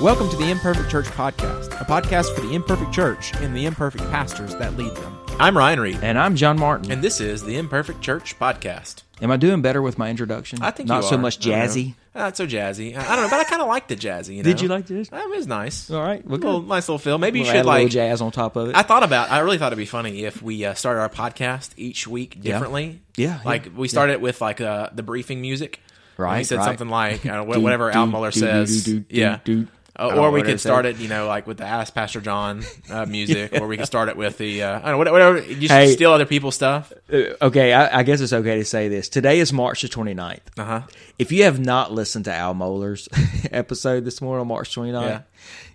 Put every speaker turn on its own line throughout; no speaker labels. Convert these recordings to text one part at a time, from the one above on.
Welcome to the Imperfect Church Podcast, a podcast for the imperfect church and the imperfect pastors that lead them.
I'm Ryan Reed,
And I'm John Martin.
and this is the Imperfect Church Podcast.
Am I doing better with my introduction?
I think
not
you
so
are. Uh-huh.
much
I don't know.
jazzy.
Not so jazzy. I I don't know, but I kind of like the jazzy. You know?
Did you like the jazzy?
Um, it was nice.
All right, well, good.
little, nice little feel. Maybe
We'll
you
add
should
a little
like.
jazz on top of it.
I thought about. I really thought it'd be funny if we uh, started our podcast each week differently.
Yeah, yeah,
like we started it with like uh, the briefing music. And He
Right,
said
right.
something like uh, wh-
Do,
whatever
do,
Al Muller
do, do,
says.
do, do, do,
yeah.
do.
Uh,
I don't
or we
know what it
could
is.
start it, you know, like with the Ask Pastor John uh, music, or we could start it with the uh, I don't know whatever. whatever you should
Hey.
steal other people's stuff.
Uh, okay, I, I guess it's okay to say this. Today is March the 29th.
Uh huh.
If you have not listened to Al Mohler's episode this morning on March 29th,
Yeah.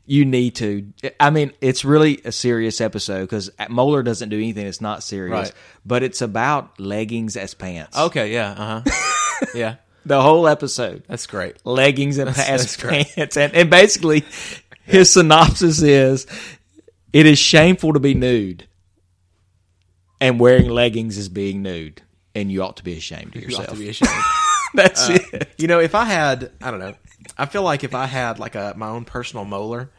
you need to. I mean, it's really a serious episode because Mohler doesn't do anything that's not serious,
Right.
but it's about leggings as pants.
Okay. Yeah. Uh huh. yeah.
The whole episode.
That's great.
leggings and
that's
past
correct.
pants. And, and basically, his synopsis is it is shameful to be nude, and wearing leggings is being nude, and you ought to be ashamed of
You ought to
yourself.
be Uh, ashamed.
That's it.
you know, if I had, I don't know, I feel like if I had like a my own personal molar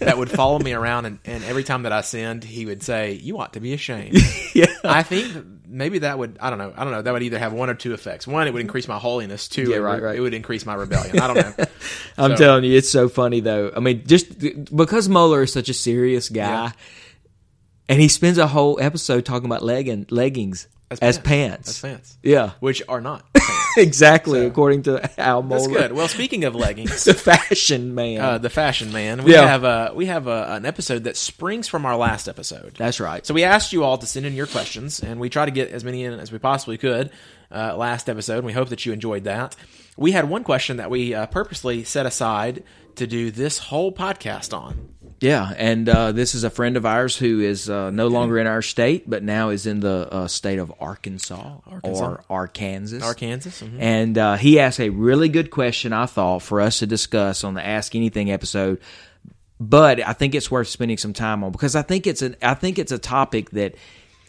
that would follow me around, and, and every time that I sinned, he would say, "You ought to be ashamed."
Yeah.
I think maybe that would, I don't know, I don't know. That would either have one or two effects. One, it would increase my holiness. Two,
Yeah,
it,
right,
would,
right.
it would increase my rebellion. I don't know.
I'm
So-
telling you, it's so funny though. I mean, just th- because Mueller is such a serious guy,
Yeah.
and he spends a whole episode talking about legging leggings as, pants.
As pants.
Yeah,
Which are not.
exactly. according to Al Mueller,
That's good. Well, speaking of leggings,
the fashion man.
uh, the fashion man, we
Yeah.
have a we have a, an episode that springs from our last episode.
That's right.
So we asked you all to send in your questions, and we try to get as many in as we possibly could uh, last episode. And we hope that you enjoyed that. We had one question that we uh, purposely set aside to do this whole podcast on.
Yeah, and uh, this is a friend of ours who is uh, no longer in our state, but now is in the uh, state of Arkansas, or Arkansas.
Arkansas. Mhm.
And uh, he asked a really good question, I thought, for us to discuss on the Ask Anything episode. But I think it's worth spending some time on because I think it's an I think it's a topic that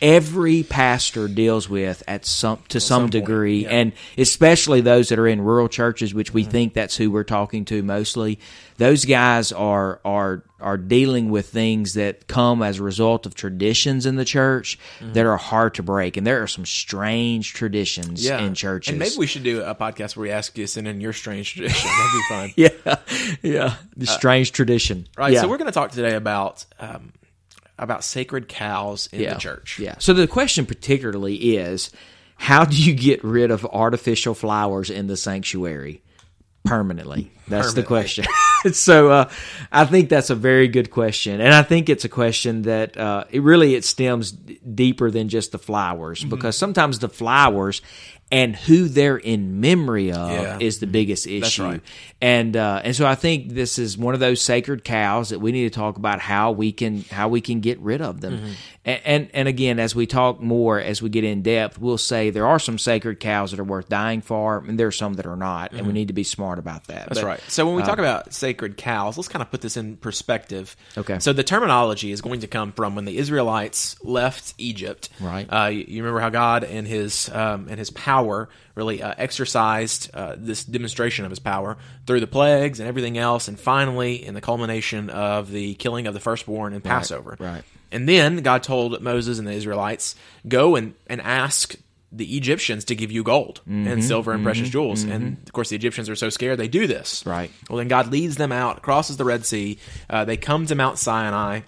every pastor deals with at some to some, degree, and especially those that are in rural churches, which we think that's who we're talking to mostly. Those guys are are are dealing with things that come as a result of traditions in the church that are hard to break, and there are some strange traditions in churches.
And maybe we should do a podcast where we ask you to send in your strange tradition. That'd be fun.
yeah, yeah, the strange tradition,
Uh, Right.
Yeah.
So we're going to talk today about um, about sacred cows in the church.
Yeah. So the question particularly is, how do you get rid of artificial flowers in the sanctuary permanently? That's the question. so uh, I think that's a very good question, and I think it's a question that uh, it really it stems d- deeper than just the flowers
Mm-hmm.
because sometimes the flowers and who they're in memory of
Yeah.
is the biggest issue.
right.
And uh, and so I think this is one of those sacred cows that we need to talk about how we can how we can get rid of them.
Mm-hmm.
And, and and again, as we talk more, as we get in depth, we'll say there are some sacred cows that are worth dying for, and there are some that are not, and we need to be smart about that.
Mm-hmm. That's right. So when we talk
um,
about sacred cows, let's kind of put this in perspective.
Okay.
So the terminology is going to come from when the Israelites left Egypt.
Right.
Uh, you you remember how God and His um, and His power really uh, exercised uh, this demonstration of His power through the plagues and everything else, and finally in the culmination of the killing of the firstborn in Passover.
right.
And then God told Moses and the Israelites, go and, and ask the Egyptians to give you gold
Mm-hmm.
and silver and precious jewels. And of course, the Egyptians are so scared they do this.
Right.
Well, then God leads them out, crosses the Red Sea. Uh, they come to Mount Sinai.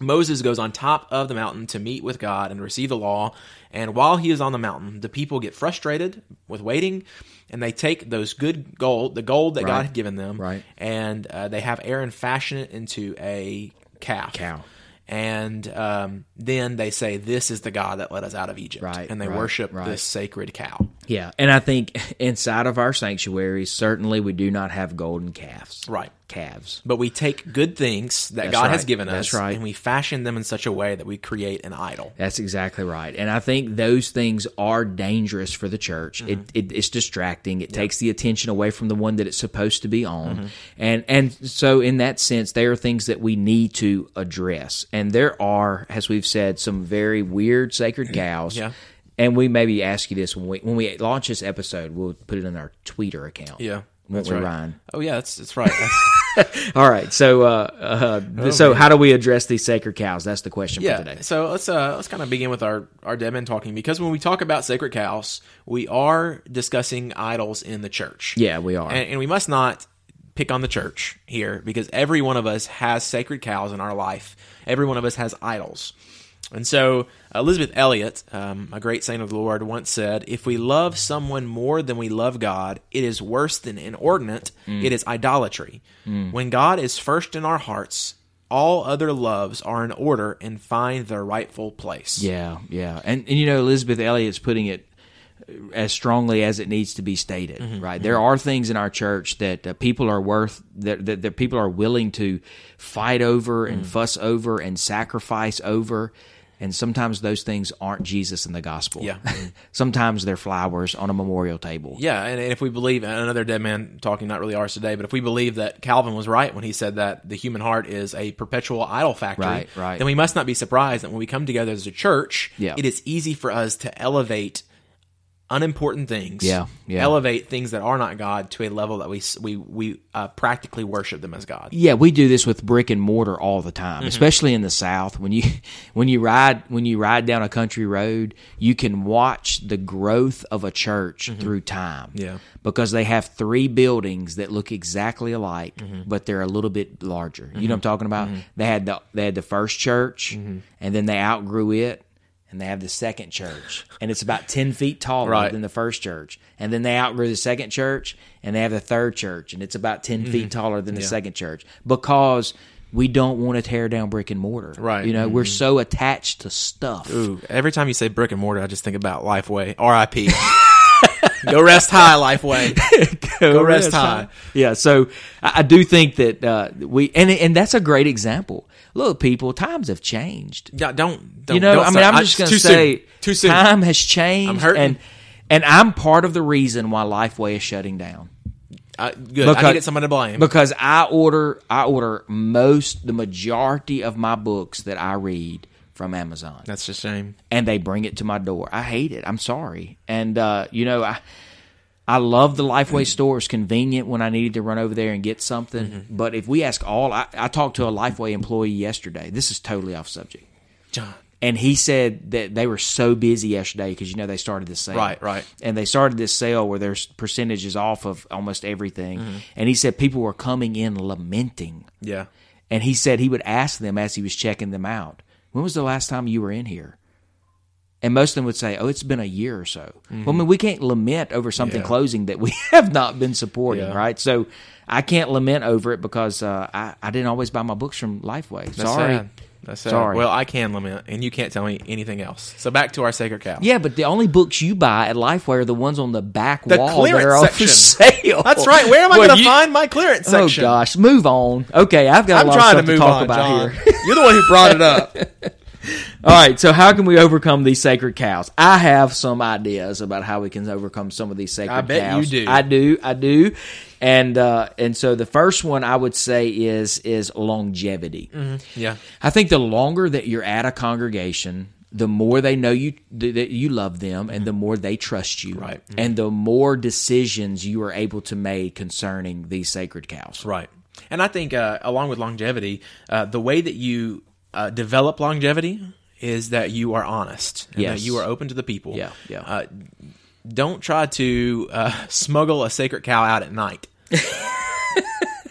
Moses goes on top of the mountain to meet with God and receive the law. And while he is on the mountain, the people get frustrated with waiting, and they take those good gold, the gold that God had given them,
Right.
and uh, they have Aaron fashion it into a calf.
Cow.
And um, then they say, "This is the God that led us out of Egypt,"
Right,
and they
right,
worship
right.
this sacred cow.
Yeah, and I think inside of our sanctuaries, certainly we do not have golden calves.
Right.
calves.
But we take good things that
That's
God has
right.
given us,
That's right.
and we fashion them in such a way that we create an idol.
That's exactly right. And I think those things are dangerous for the church.
Mm-hmm.
It, it, it's distracting. It takes the attention away from the one that it's supposed to be on.
Mm-hmm.
And, and so in that sense, there are things that we need to address. And there are, as we've said, some very weird sacred cows.
Yeah.
And we maybe ask you this when we, when we launch this episode, we'll put it in our Twitter account.
Yeah.
Went with Ryan.
Oh yeah, that's that's right. That's,
All right. So, uh, uh, th- so how do we address these sacred cows? That's the question
yeah.
for today.
So let's uh let's kind of begin with our our dead men talking because when we talk about sacred cows, we are discussing idols in the church.
Yeah, we are.
and, and we must not pick on the church here because every one of us has sacred cows in our life. Every one of us has idols. And so uh, Elizabeth Elliot, um, a great saint of the Lord, once said, "If we love someone more than we love God, it is worse than inordinate. It is idolatry. When God is first in our hearts, all other loves are in order and find their rightful place."
yeah, yeah. And, and you know, Elizabeth Elliot's putting it uh, as strongly as it needs to be stated, right? There are things in our church that uh, people are worth that, that that people are willing to fight over and fuss over and sacrifice over. And sometimes those things aren't Jesus and the gospel.
Yeah.
sometimes they're flowers on a memorial table.
Yeah, and, and if we believe and another dead man talking, not really ours today, but if we believe that Calvin was right when he said that the human heart is a perpetual idol factory,
Right, right.
then we must not be surprised that when we come together as a church,
Yeah.
it is easy for us to elevate unimportant things,
Yeah, yeah.
elevate things that are not God to a level that we s- we we uh, practically worship them as God.
Yeah, we do this with brick and mortar all the time, especially in the South. When you when you ride when you ride down a country road, you can watch the growth of a church through time.
Yeah.
because they have three buildings that look exactly alike, but they're a little bit larger. You know what I'm talking about? They had the they had the first church, and then they outgrew it. And they have the second church, and it's about ten feet taller
Right.
than the first church. And then they outgrew the second church, and they have the third church, and it's about
Mm-hmm.
10 feet taller than the second church because we don't want to tear down brick and mortar.
Right. Mm-hmm.
You know, we're so attached to stuff.
Ooh, every time you say brick and mortar, I just think about Lifeway, R.I.P. Go rest high, Lifeway. Go rest high.
Yeah, so I I do think that uh, we and and that's a great example. Look, people, times have changed.
Yeah, don't, don't
You know,
don't
I mean,
start-
I'm just going
too
to
soon.
say,
too soon.
time has changed.
I'm hurting.
and and I'm part of the reason why Lifeway is shutting down.
I, good. I
Because-
needed someone to blame.
because I order I order most the majority of my books that I read from Amazon,
That's just a shame.
and they bring it to my door. I hate it. I'm sorry, and uh, you know I. I love the Lifeway store. It's convenient when I needed to run over there and get something. But if we ask all, I, I talked to a Lifeway employee yesterday. This is totally off subject.
John.
And he said that they were so busy yesterday because you know they started this sale,
Right, right.
And they started this sale where there's percentages off of almost everything.
Mm-hmm.
And he said people were coming in lamenting,
Yeah.
and he said he would ask them as he was checking them out, "When was the last time you were in here?" And most of them would say, "Oh, it's been a year or so." Well, I mean, we can't lament over something
Mm-hmm. Yeah.
closing that we have not been supporting,
Yeah.
right? So I can't lament over it because uh, I I didn't always buy my books from Lifeway.
That's
Sorry.
sad. That's sad.
Sorry.
Well, I can lament, and you can't tell me anything else. So back to our sacred cow.
Yeah, but the only books you buy at Lifeway are the ones on the back
The
wall that
clearance
are on
section.
for sale.
That's right. Where am I
Well,
going to
you-
find my clearance section?
Oh gosh, move on. Okay, I've got a
I'm
lot
trying
of
to
stuff
move
talk
on,
about
John.
here.
You're the one who brought it up.
All right, so how can we overcome these sacred cows? I have some ideas about how we can overcome some of these sacred
I bet you
cows.
do.
I do, I do. And uh, and so the first one I would say is is longevity.
yeah.
I think the longer that you're at a congregation, the more they know you th- that you love them, and the more they trust you,
Right.
And the more decisions you are able to make concerning these sacred cows.
Right. And I think, uh, along with longevity, uh, the way that you uh, develop longevity is that you are honest. And
Yes.
That you are open to the people.
Yeah, yeah.
Uh, don't try to uh, smuggle a sacred cow out at night.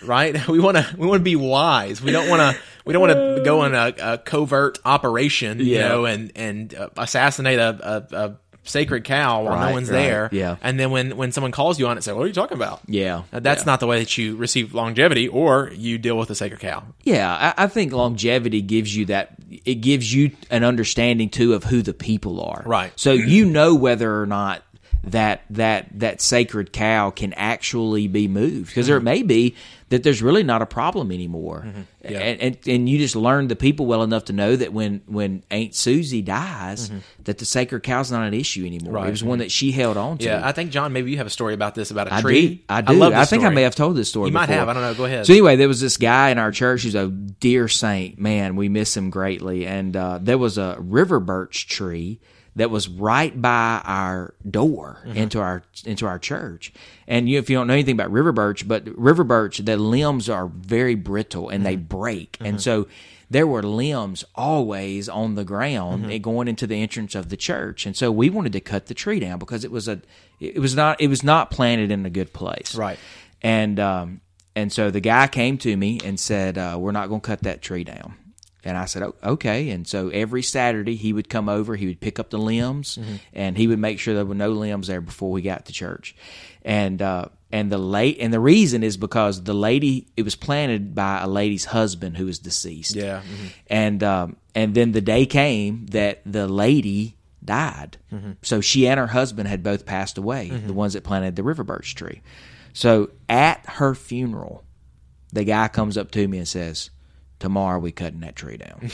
right? We want to. We want to be wise. We don't want to. We don't want to go on a, a covert operation, you
Yeah.
know, and and uh, assassinate a, a, a sacred cow while
Right,
no one's
right,
there.
yeah.
And then when when someone calls you on it, say, "What are you talking about?"
Yeah,
Uh, That's not the way that you receive longevity or you deal with a sacred cow.
Yeah, I, I think longevity gives you that. It gives you an understanding too of who the people are.
Right.
So you know whether or not that that that sacred cow can actually be moved because
Mm-hmm.
there may be that there's really not a problem anymore. And, and and you just learn the people well enough to know that when when Aunt Susie dies,
Mm-hmm.
that the sacred cow's not an issue anymore. It was one that she held on to.
Yeah, I think, John, maybe you have a story about this about a
I do.
tree.
I do. I,
love this
think I
story.
may have told this story.
You might
before.
have. I don't know. Go ahead.
So anyway, there was this guy in our church. He's a dear saint. Man, we miss him greatly. And uh, there was a river birch tree that was right by our door into our into our church. And you, if you don't know anything about river birch, but river birch, the limbs are very brittle and they break, and so there were limbs always on the ground and going into the entrance of the church. And so we wanted to cut the tree down because it was a it was not it was not planted in a good place,
Right.
And um, and so the guy came to me and said, uh, "We're not going to cut that tree down." And I said, "O- "Okay." And so every Saturday he would come over, he would pick up the limbs, and he would make sure there were no limbs there before we got to church. And uh, and the late and the reason is because the lady it was planted by a lady's husband who was deceased.
Yeah.
And um, and then the day came that the lady died.
Mm-hmm.
So she and her husband had both passed away, the ones that planted the river birch tree. So at her funeral, the guy comes up to me and says, Tomorrow we cutting that tree down.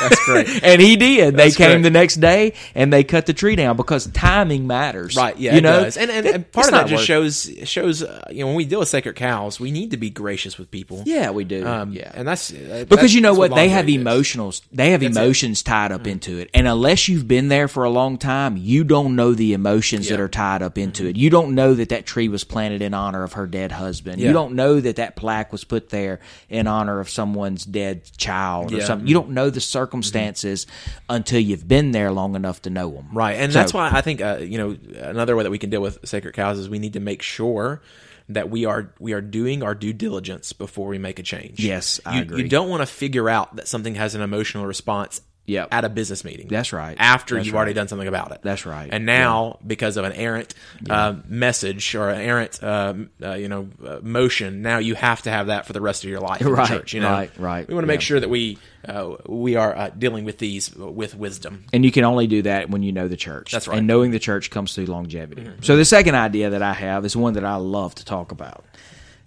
That's great.
and he did. They
That's
came
great.
the next day and they cut the tree down because timing matters.
Right. Yeah.
You
it
know,
does. and and,
That-
and part
it's
of that
not
just
worth-
shows shows uh, you know when we deal with sacred cows, we need to be gracious with people.
Yeah, we do.
Um,
yeah.
And that's uh,
because
that's-
you know
that's
what they have
longevity is. Mm-hmm.
emotionals they have emotions tied up into it and unless you've been there for a long time you don't know the emotions that
Yeah. Mm-hmm.
are tied up into it you don't know that that tree was planted in honor of her dead husband
Yeah.
you don't know that that plaque was put there in honor of someone's dead child or
Yeah. Mm-hmm.
something you don't know the circumstances until you've been there long enough to know them
Right, and that's why I think uh, you know another way that we can deal with sacred cows is we need to make sure that we are we are doing our due diligence before we make a change.
Yes, I
you,
agree.
You don't want to figure out that something has an emotional response.
Yep.
at a business meeting.
That's right.
After
That's
you've already done something about it.
That's right.
And now, because of an errant uh, message or an errant, um, uh, you know, uh, motion, now you have to have that for the rest of your life. in the
Right,
church, you know?
right, right,
We want to make
yeah.
sure that we uh, we are uh, dealing with these with wisdom.
And you can only do that when you know the church.
That's right. Mm-hmm.
And knowing the church comes through longevity. So the second idea that I have is one that I love to talk about,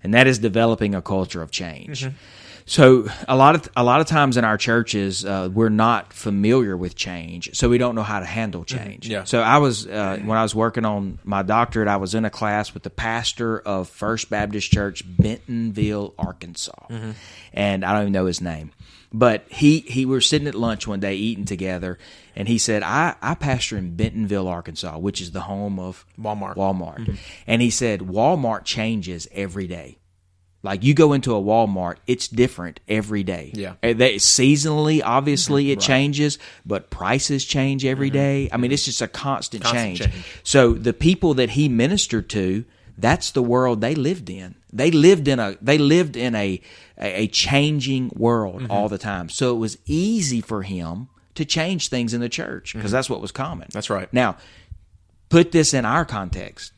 and that is developing a culture of change.
Mm-hmm.
So a lot of a lot of times in our churches, uh, we're not familiar with change, so we don't know how to handle change.
Mm-hmm. Yeah.
So I was uh, when I was working on my doctorate, I was in a class with the pastor of First Baptist Church, Bentonville, Arkansas,
Mm-hmm.
and I don't even know his name. But he he we were sitting at lunch one day eating together, and he said, "I I pastor in Bentonville, Arkansas, which is the home of
Walmart. Mm-hmm.
Walmart." And he said, "Walmart changes every day." Like you go into a Walmart, it's different every day.
Yeah.
And They, seasonally, obviously, it changes, but prices change every day. I mean, it's just a constant,
Mm-hmm. Constant
change.
change.
So the people that he ministered to, that's the world they lived in. They lived in a they lived in a a, a changing world
Mm-hmm.
all the time. So it was easy for him to change things in the church because that's what was common.
Mm-hmm. That's right.
Now, put this in our context.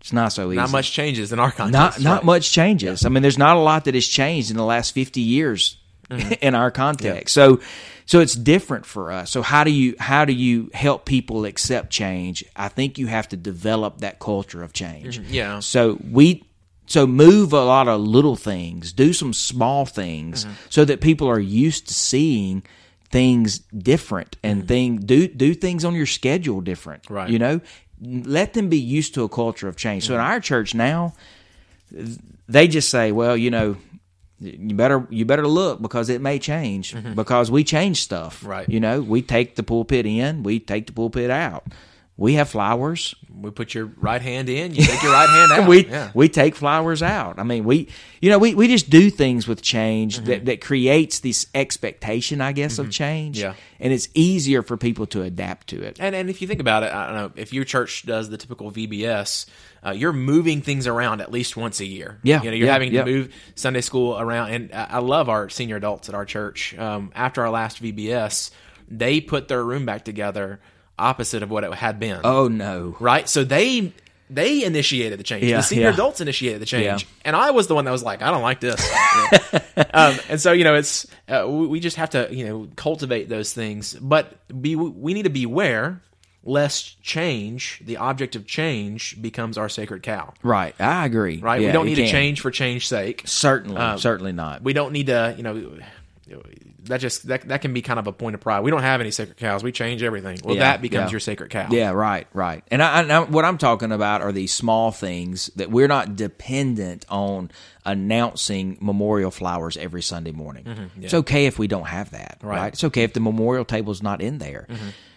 It's not so easy
Not much changes in our context.
not not
right?
much changes. I mean, there's not a lot that has changed in the last 50 years
Mm-hmm.
in our context. So so it's different for us. So how do you how do you help people accept change? I think you have to develop that culture of change.
Mm-hmm. yeah.
So we so move a lot of little things, do some small things
Mm-hmm.
so that people are used to seeing things different and thing do do things on your schedule different.
Mm-hmm. Right.
You know? Let them be used to a culture of change. So in
Mm-hmm.
our church now, they just say, well, you know, you better you better look because it may change because we change stuff.
Mm-hmm. Right.
You know, we take the pulpit in, we take the pulpit out. We have flowers.
We put your right hand in, you take your right hand out.
we
yeah.
we take flowers out. I mean, we you know we, we just do things with change
Mm-hmm.
that, that creates this expectation, I guess, of change.
Yeah.
And it's easier for people to adapt to it.
And and if you think about it, I don't know if your church does the typical VBS, uh, you're moving things around at least once a year.
Yeah,
you know, you're
yeah,
having
yeah.
to move Sunday school around. And I I love our senior adults at our church. Um, after our last VBS, they put their room back together opposite of what it had been.
Oh no.
right? So they they initiated the change.
Yeah,
the senior
yeah.
adults initiated the change,
Yeah.
and I was the one that was like, I don't like this. Yeah. um, and so you know, it's uh, we we just have to you know cultivate those things, but be we need to beware lest change, the object of change, becomes our sacred cow.
Right. I agree.
Right?
Yeah,
we don't
it
need to
can.
change Um, for change's sake.
Certainly, certainly not.
We don't need to you know. That just that that can be kind of a point of pride. We don't have any sacred cows. We change everything. Well,
Yeah,
that becomes
yeah.
your sacred cow.
Yeah, right, right. And I, I, I- what I'm talking about are these small things that we're not dependent on announcing memorial flowers every
Mm-hmm. Mm-hmm.
Sunday morning. It's okay if we don't have that, right? It's okay if the memorial table's not in there.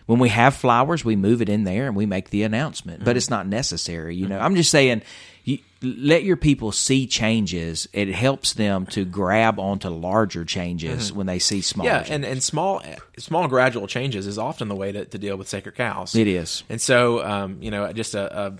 When we have flowers, we move it in there and we make the announcement,
Mm-hmm.
but it's not necessary. You know, I'm just saying, you, let your people see changes. It helps them to grab onto larger changes when they see smaller.
Mm-hmm. Yeah,
changes.
and, and small small gradual changes is often the way to, to deal with sacred cows.
It is.
And so, um, you know, just a,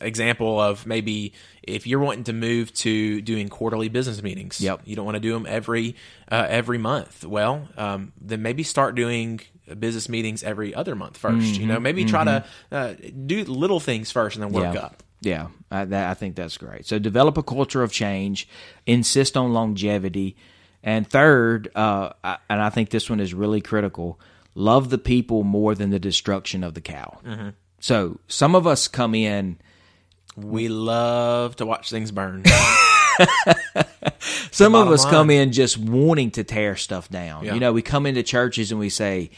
a example of maybe if you're wanting to move to doing quarterly business meetings,
Yep.
you don't want to do them every uh, every month. Well, um, then maybe start doing business meetings every other month 1st You
Mm-hmm.
know, maybe try to uh, do little things first and then work
yeah.
up.
Yeah, I, that, I think that's great. So develop a culture of change, insist on longevity, and third, uh, I, and I think this one is really critical: love the people more than the destruction of the cow.
Mm-hmm.
So some of us come in.
We love to watch things burn.
Some of
bottom
us come in just wanting to tear stuff down.
Yeah.
You know, we come into churches and we say,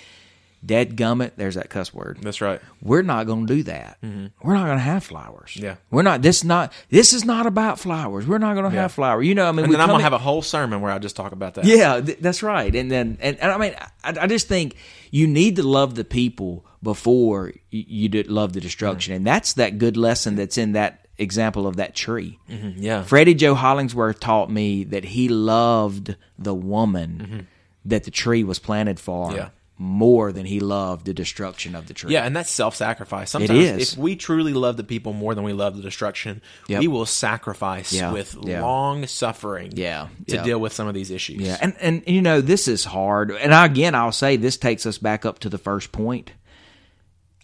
"Dead gummit." There's that cuss word.
That's right.
we're not going to do that. We're not going to have flowers.
Mm-hmm. Yeah.
we're not. This not. This is not about flowers. We're not going to have flowers. You know, I mean,
And
we
then I'm
come
gonna
in-
have a whole sermon where I just talk about that.
Yeah, th- that's right. And then, and, and I mean, I, I just think you need to love the people before y- you did love the
Mm-hmm.
destruction, and that's that good lesson that's in that example of that tree.
yeah.
Freddie Joe Hollingsworth taught me that he loved the woman that the tree was planted for
Mm-hmm. Yeah.
more than he loved the destruction of the tree.
Yeah, and that's self-sacrifice. Sometimes
is.
if we truly love the people more than we love the destruction,
Yep.
we will sacrifice
Yeah,
with
yeah.
long suffering
Yeah,
to
yeah.
deal with some of these issues.
Yeah, and and you know this is hard. And I, again, I'll say this takes us back up to the first point.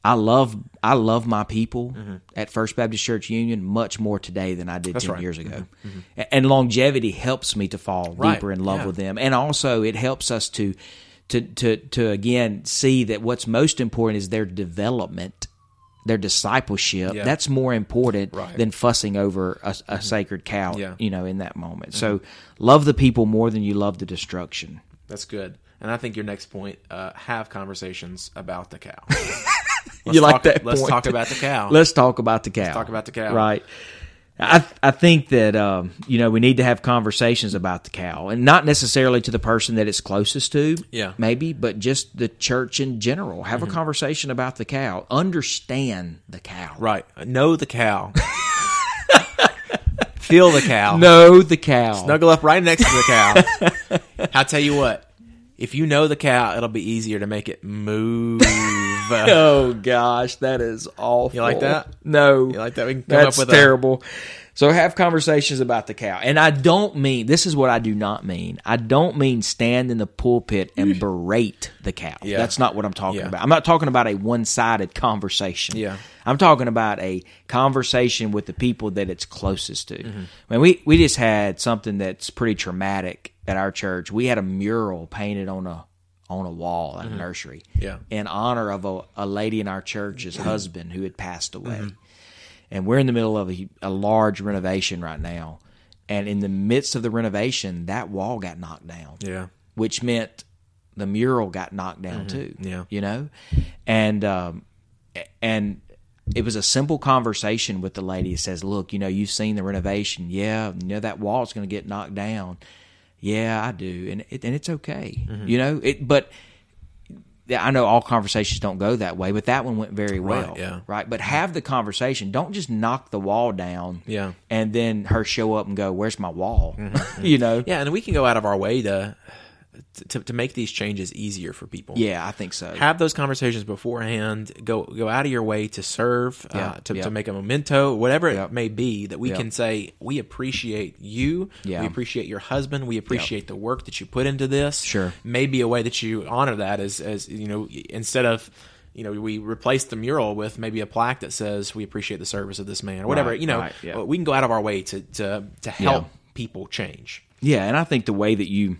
I love I love my people
Mm-hmm.
at First Baptist Church Union much more today than I did ten
right. Mm-hmm.
years ago. A- And longevity helps me to fall
Right,
deeper in love
yeah.
with them, and also it helps us to to to to again see that what's most important is their development. Their discipleship
Yeah.
that's more important
Right.
than fussing over a, a sacred cow
Mm-hmm. Yeah. Mm-hmm.
you know in that moment so love the people more than you love the destruction
That's good. And I think your next point, uh, have conversations about the cow.
you
Let's
like
talk-
that
Let's
point?
talk about the cow.
let's talk about the cow
talk about the cow.
right I, I think that um, you know we need to have conversations about the cow, and not necessarily to the person that it's closest to,
Yeah. Mm-hmm.
maybe, but just the church in general. Have a conversation about the cow. Understand the cow.
right. Know the cow. Feel the cow.
Know the cow.
Snuggle up right next to the cow. I tell you what, if you know the cow, it'll be easier to make it move.
Oh gosh, that is awful.
You like that?
No.
You like that? We can come
That's
up with a-
terrible. so have conversations about the cow. And I don't mean this is what I do not mean. I don't mean stand in the pulpit and berate the cow.
Yeah.
That's not what I'm talking
Yeah.
about. I'm not talking about a one-sided conversation.
Yeah.
I'm talking about a conversation with the people that it's closest to.
Mm-hmm.
When we we just had something that's pretty traumatic at our church. We had a mural painted on a on a wall at a nursery
Mm-hmm. Yeah. Mm-hmm.
in honor of a, a lady in our church's husband who had passed away. And we're in the middle of a, a large renovation right now. And in the midst of the renovation, that wall got knocked down,
yeah.
which meant the mural got knocked down too.
Mm-hmm. Yeah.
You know? And, um, a- and, it was a simple conversation with the lady. It says, "Look, you know, you've seen the renovation. Yeah, you know that wall's going to get knocked down. Yeah, I do, and it, and it's okay.
Mm-hmm.
You know, it. But yeah, I know all conversations don't go that way, but that one went very well.
yeah.
Right. But have the conversation. Don't just knock the wall down.
Yeah. Mm-hmm.
And then her show up and go, Where's my wall? you know?
Yeah, and we can go out of our way to to, to make these changes easier for people.
Yeah, I think so.
Have those conversations beforehand. Go go out of your way to serve,
Yeah,
uh, to,
yeah.
to make a memento, whatever
Yep.
it may be, that we
Yep.
can say we appreciate you.
Yeah.
We appreciate your husband. We appreciate the work that you put into this.
Sure.
Maybe a way that you honor that is as you know instead of you know we replace the mural with maybe a plaque that says we appreciate the service of this man or whatever.
Right,
you know
right, yeah.
we can go out of our way to to to help people change.
Yeah, and I think the way that you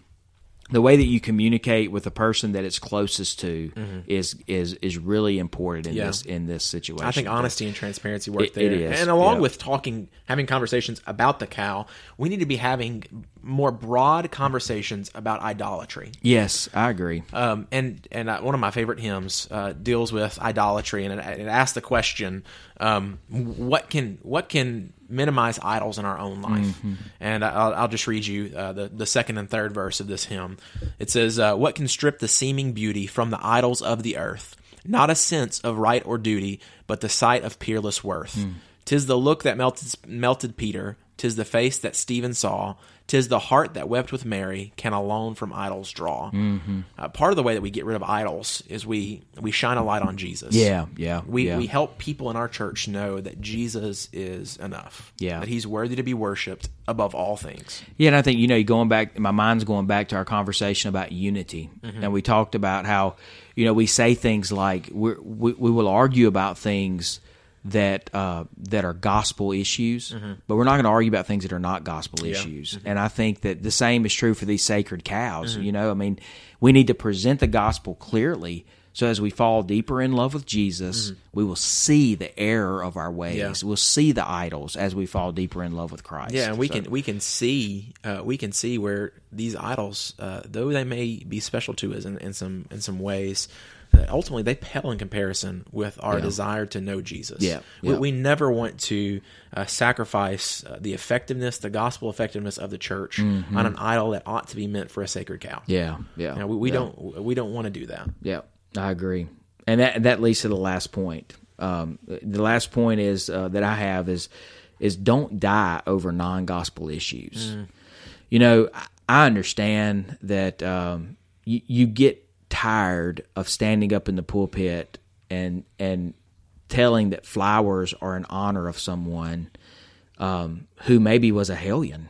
the way that you communicate with the person that it's closest to is is is really important in
Mm-hmm. Yeah.
this in this situation.
I think honesty and transparency work
It-
there.
it is,
And along
yeah.
with talking, having conversations about the cow, we need to be having more broad conversations about idolatry.
Yes, I agree.
Um, and and I, one of my favorite hymns uh, deals with idolatry, and it, it asks the question, um, what can what can minimize idols in our own life?
Mm-hmm.
And I- I'll, I'll just read you uh, the the second and third verse of this hymn. It says, uh, "What can strip the seeming beauty from the idols of the earth?" not a sense of right or duty, but the sight of peerless worth.
Hmm.
'Tis the look that melted, melted Peter. 'Tis the face that Stephen saw. 'Tis the heart that wept with Mary. Can alone from idols draw.
Mm-hmm.
Uh, part of the way that we get rid of idols is we we shine a light on Jesus.
Yeah, yeah,
We
yeah.
we help people in our church know that Jesus is enough.
Yeah.
that He's worthy to be worshipped above all things.
Yeah, and I think you know, going back, my mind's going back to our conversation about unity,
Mm-hmm.
and we talked about how you know we say things like we're, we we will argue about things that uh, that are gospel issues,
Mm-hmm.
but we're not going to argue about things that are not gospel issues. And I think that the same is true for these sacred cows.
Mm-hmm.
You know, I mean, we need to present the gospel clearly. So as we fall deeper in love with
Mm-hmm.
Jesus, we will see the error of our ways. We'll see the idols as we fall deeper in love with Christ.
Yeah, and we
So-
can we can see uh, we can see where these idols, uh, though they may be special to us in, in some in some ways, that ultimately they pale in comparison with our desire to know Jesus.
Yeah,
we,
yeah.
we never want to uh, sacrifice uh, the effectiveness, the gospel effectiveness of the church on an idol that ought to be meant for a sacred cow.
Mm-hmm. Yeah, yeah.
You know, we, we
yeah,
don't we don't want to do that.
Yeah, I agree, and that that leads to the last point. Um, the last point is uh, that I have is is don't die over non gospel issues.
Mm.
You know, I- I understand that um, you, you get tired of standing up in the pulpit and and telling that flowers are in honor of someone um, who maybe was a hellion.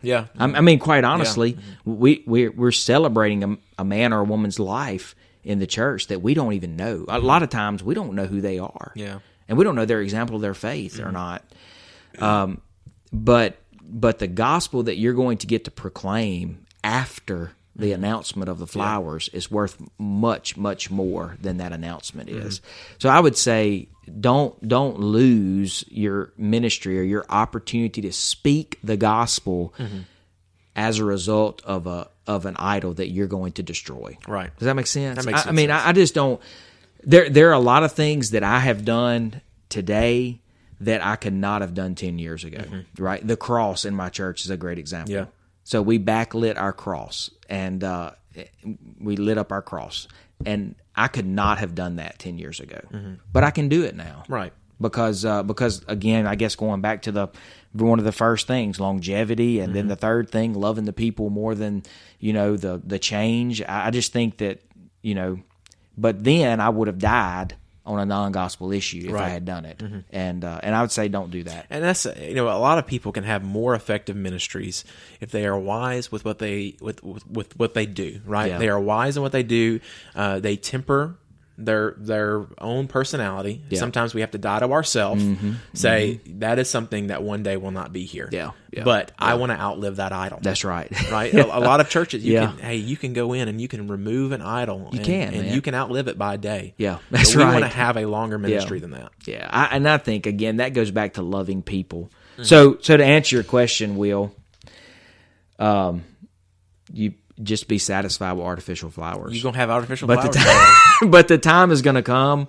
Yeah,
I, I mean, quite honestly, we we're, we're celebrating a, a man or a woman's life in the church that we don't even know. A lot of times, we don't know who they are.
Yeah.
and we don't know their example of their faith
Mm-hmm.
or not. Um, but but the gospel that you're going to get to proclaim after the
Mm-hmm.
announcement of the flowers is worth much much more than that announcement
Mm-hmm.
is. So I would say don't don't lose your ministry or your opportunity to speak the gospel
Mm-hmm.
as a result of a of an idol that you're going to destroy.
Right.
Does that make sense?
That makes
I, I
sense,
mean, I, I just don't. There there are a lot of things that I have done today that I could not have done ten years ago. Right. The cross in my church is a great example.
Yeah.
So we backlit our cross and uh, we lit up our cross, and I could not have done that ten years ago, but I can do it now.
Right.
Because uh, because again, I guess going back to the one of the first things, longevity, and
Mm-hmm.
then the third thing, loving the people more than you know the the change. I, I just think that you know, but then I would have died on a non gospel issue if I
Right. Mm-hmm.
had done it, and uh, and I would say don't do that.
and that's uh, you know a lot of people can have more effective ministries if they are wise with what they with with, with what they do right
Yeah.
they are wise in what they do uh, they temper their their own personality sometimes we have to die to ourselves say "That is something that one day will not be here
Mm-hmm. Yeah, yeah,
but i want to outlive that idol
That's right.
right a, a lot of churches you
Yeah.
can hey you can go in and you can remove an idol you and,
can,
and
man.
you can outlive it by a day
Yeah,
But
that's
we want
right.
to have a longer ministry than that
Yeah, I, and I think again that goes back to loving people.
Mm-hmm.
So, so to answer your question, Will, um, you just be satisfied with artificial flowers.
you're gonna have artificial
But the
flowers
but the time is going to come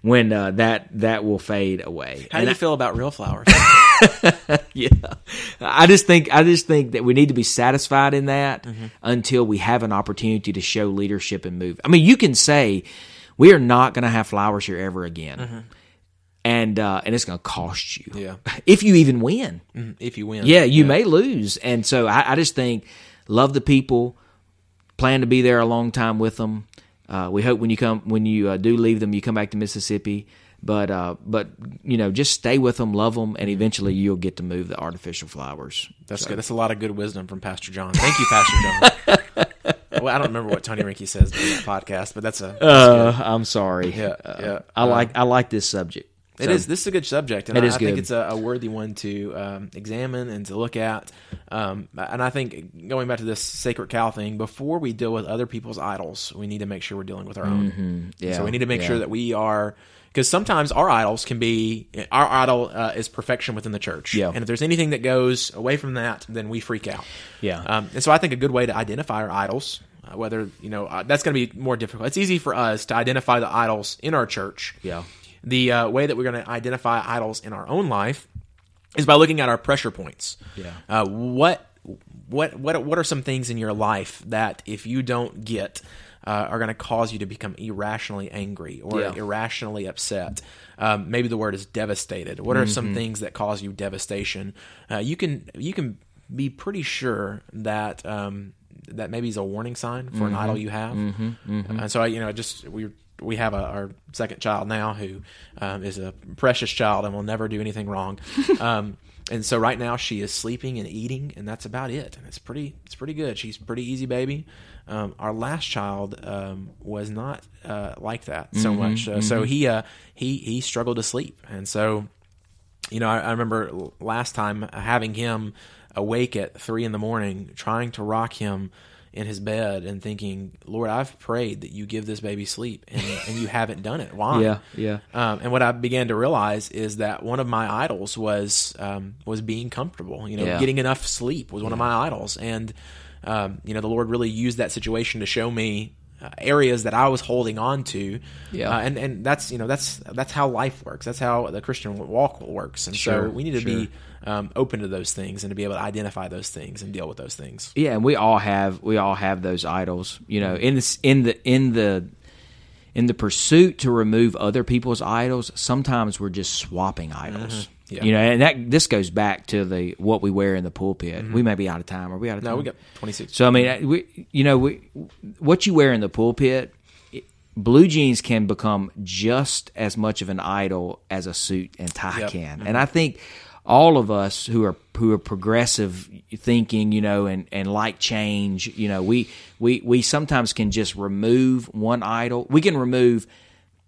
when uh, that that will fade away.
How do
And
you feel about real flowers?
yeah. I just think I just think that we need to be satisfied in that
Mm-hmm.
until we have an opportunity to show leadership and move. I mean, you can say we are not going to have flowers here ever again. And uh, and it's going to cost you.
Mm-hmm. Yeah.
If you even win.
mm, if you win,
Yeah, you may lose. And so I, I just think love the people, plan to be there a long time with them. Uh, we hope when you come when you uh, do leave them, you come back to Mississippi. But uh, but you know, just stay with them, love them, and eventually you'll get to move the artificial flowers.
that's good. That's a lot of good wisdom from Pastor John. Thank you, Pastor John. well, I don't remember what Tony Rinke says in that podcast, but that's a that's
Uh, I'm sorry.
Yeah, yeah.
I like I like this subject.
It is. This is a good subject, and
It
I,
is
I think
good.
it's a, a worthy one to um, examine and to look at. Um, and I think going back to this sacred cow thing, before we deal with other people's idols, we need to make sure we're dealing with our own.
Mm-hmm. Yeah,
so we need to make
yeah.
sure that we are. Because sometimes our idols can be our idol uh, is perfection within the church,
Yeah.
And if there's anything that goes away from that, then we freak out,
Yeah.
Um, and so I think a good way to identify our idols, uh, whether you know uh, that's going to be more difficult. It's easy for us to identify the idols in our church,
Yeah.
the uh, way that we're going to identify idols in our own life is by looking at our pressure points.
Yeah.
Uh, what what what what are some things in your life that if you don't get uh, are going to cause you to become irrationally angry or
Yeah.
irrationally upset. Um, maybe the word is devastated. What are some things that cause you devastation? Uh, you can you can be pretty sure that um, that maybe is a warning sign for an idol you have. And so I, you know, I just we we have a, our second child now who um, is a precious child and will never do anything wrong. um, and so right now she is sleeping and eating, and that's about it. And it's pretty it's pretty good. She's a pretty easy baby. Um, our last child um, was not uh, like that
Mm-hmm,
so much. Uh, So he uh, he he struggled to sleep, and so you know, I, I remember l- last time having him awake at three in the morning, trying to rock him in his bed and thinking, Lord, I've prayed that you give this baby sleep and, and you haven't done it. Why?
Yeah, yeah.
Um, and what I began to realize is that one of my idols was, um, was being comfortable, you know,
Yeah.
getting enough sleep was one of my idols. And, um, you know, the Lord really used that situation to show me uh, areas that I was holding on to.
Yeah.
Uh, and, and that's, you know, that's, that's how life works. That's how the Christian walk works. And
Sure,
so we need to
sure.
be um, open to those things and to be able to identify those things and deal with those things.
yeah and we all have we all have those idols you know in this in the in the in the pursuit to remove other people's idols sometimes we're just swapping idols
Mm-hmm. Yeah.
you know and that this goes back to the what we wear in the pulpit we may be out of time or we out of
Mm-hmm. No,
time
Uh, we got 26.
Mm. so I mean, I- we, you know, we, what you wear in the pulpit, it- blue jeans can become just as much of an idol as a suit and tie
Yep. Mm-hmm.
can, and I think all of us who are who are progressive thinking, you know, and and like change, you know, we we we sometimes can just remove one idol. We can remove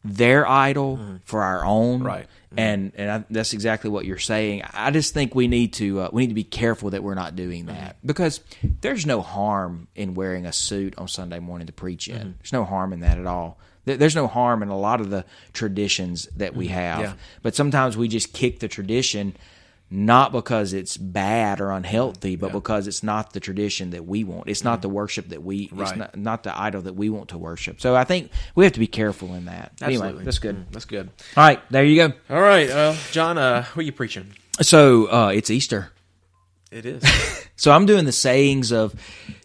their idol for our own,
Mm-hmm. Right.
And and I, that's exactly what you're saying. I just think we need to uh, we need to be careful that we're not doing that
Mm-hmm.
because there's no harm in wearing a suit on Sunday morning to preach
Mm-hmm.
in. There's no harm in that at all. There- There's no harm in a lot of the traditions that we have,
Mm-hmm. Yeah.
but sometimes we just kick the tradition not because it's bad or unhealthy, but because it's not the tradition that we want. It's not the worship that we. It's
Mm-hmm. Right.
not, not the idol that we want to worship. So I think we have to be careful in that. Anyway,
Absolutely.
that's good.
Mm, That's good.
All right, there you go.
All right. Well, John, uh, what are you preaching?
So uh, it's Easter.
It is.
So I'm doing the sayings of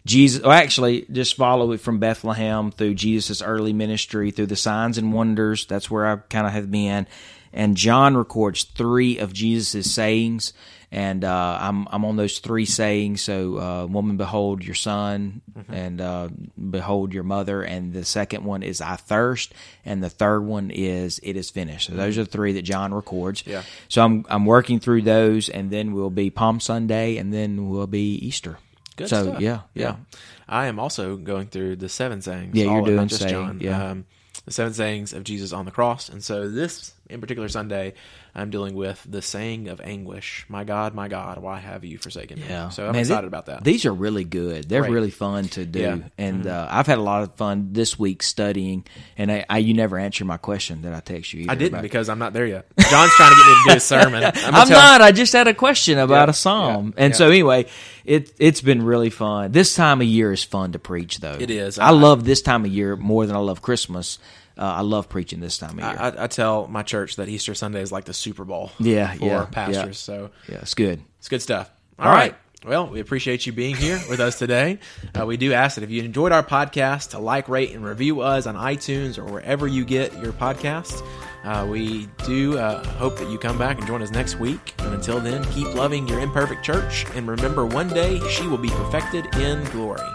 Jesus. Well, actually, just follow it from Bethlehem through Jesus' early ministry, through the signs and wonders. That's where I kind of have been. And John records three of Jesus' sayings, and uh, I'm I'm on those three sayings. So, uh, woman, behold your son, and uh, behold your mother. And the second one is I thirst, and the third one is it is finished. So those are the three that John records.
Yeah.
So I'm I'm working through those, and then we'll be Palm Sunday, and then we'll be Easter.
Good
so
stuff.
yeah, yeah,
I am also going through the seven sayings.
Yeah, you're
all of- not
doing
just
saying,
John.
yeah.
Um, the seven sayings of Jesus on the cross. And so this in particular Sunday, I'm dealing with the saying of anguish. My God, my God, why have you forsaken me? So I'm
Man,
excited
thi-
about that.
These are really good. They're
Great.
really fun to do,
Yeah. Mm-hmm.
and uh, I've had a lot of fun this week studying. And I, I you never answered my question that I text you. Either
I didn't
about-
because I'm not there yet. John's trying to get me to do a sermon. I'm, gonna
I'm
tell-
not. I just had a question about
Yeah,
a psalm,
yeah,
and
yeah.
so anyway, it it's been really fun. This time of year is fun to preach, though. It
is.
I,
I-
love this time of year more than I love Christmas. Uh, I love preaching this time of year.
I, I- I tell my church that Easter Sunday is like the Super Bowl.
Yeah,
for
yeah, yeah.
pastors. So
yeah, it's good.
It's good stuff.
All
All
right.
right. Well, we appreciate you being here with us today. Uh, we do ask that if you enjoyed our podcast, to like, rate, and review us on iTunes or wherever you get your podcasts. Uh, we do uh, hope that you come back and join us next week. And until then, keep loving your imperfect church and remember one day she will be perfected in glory.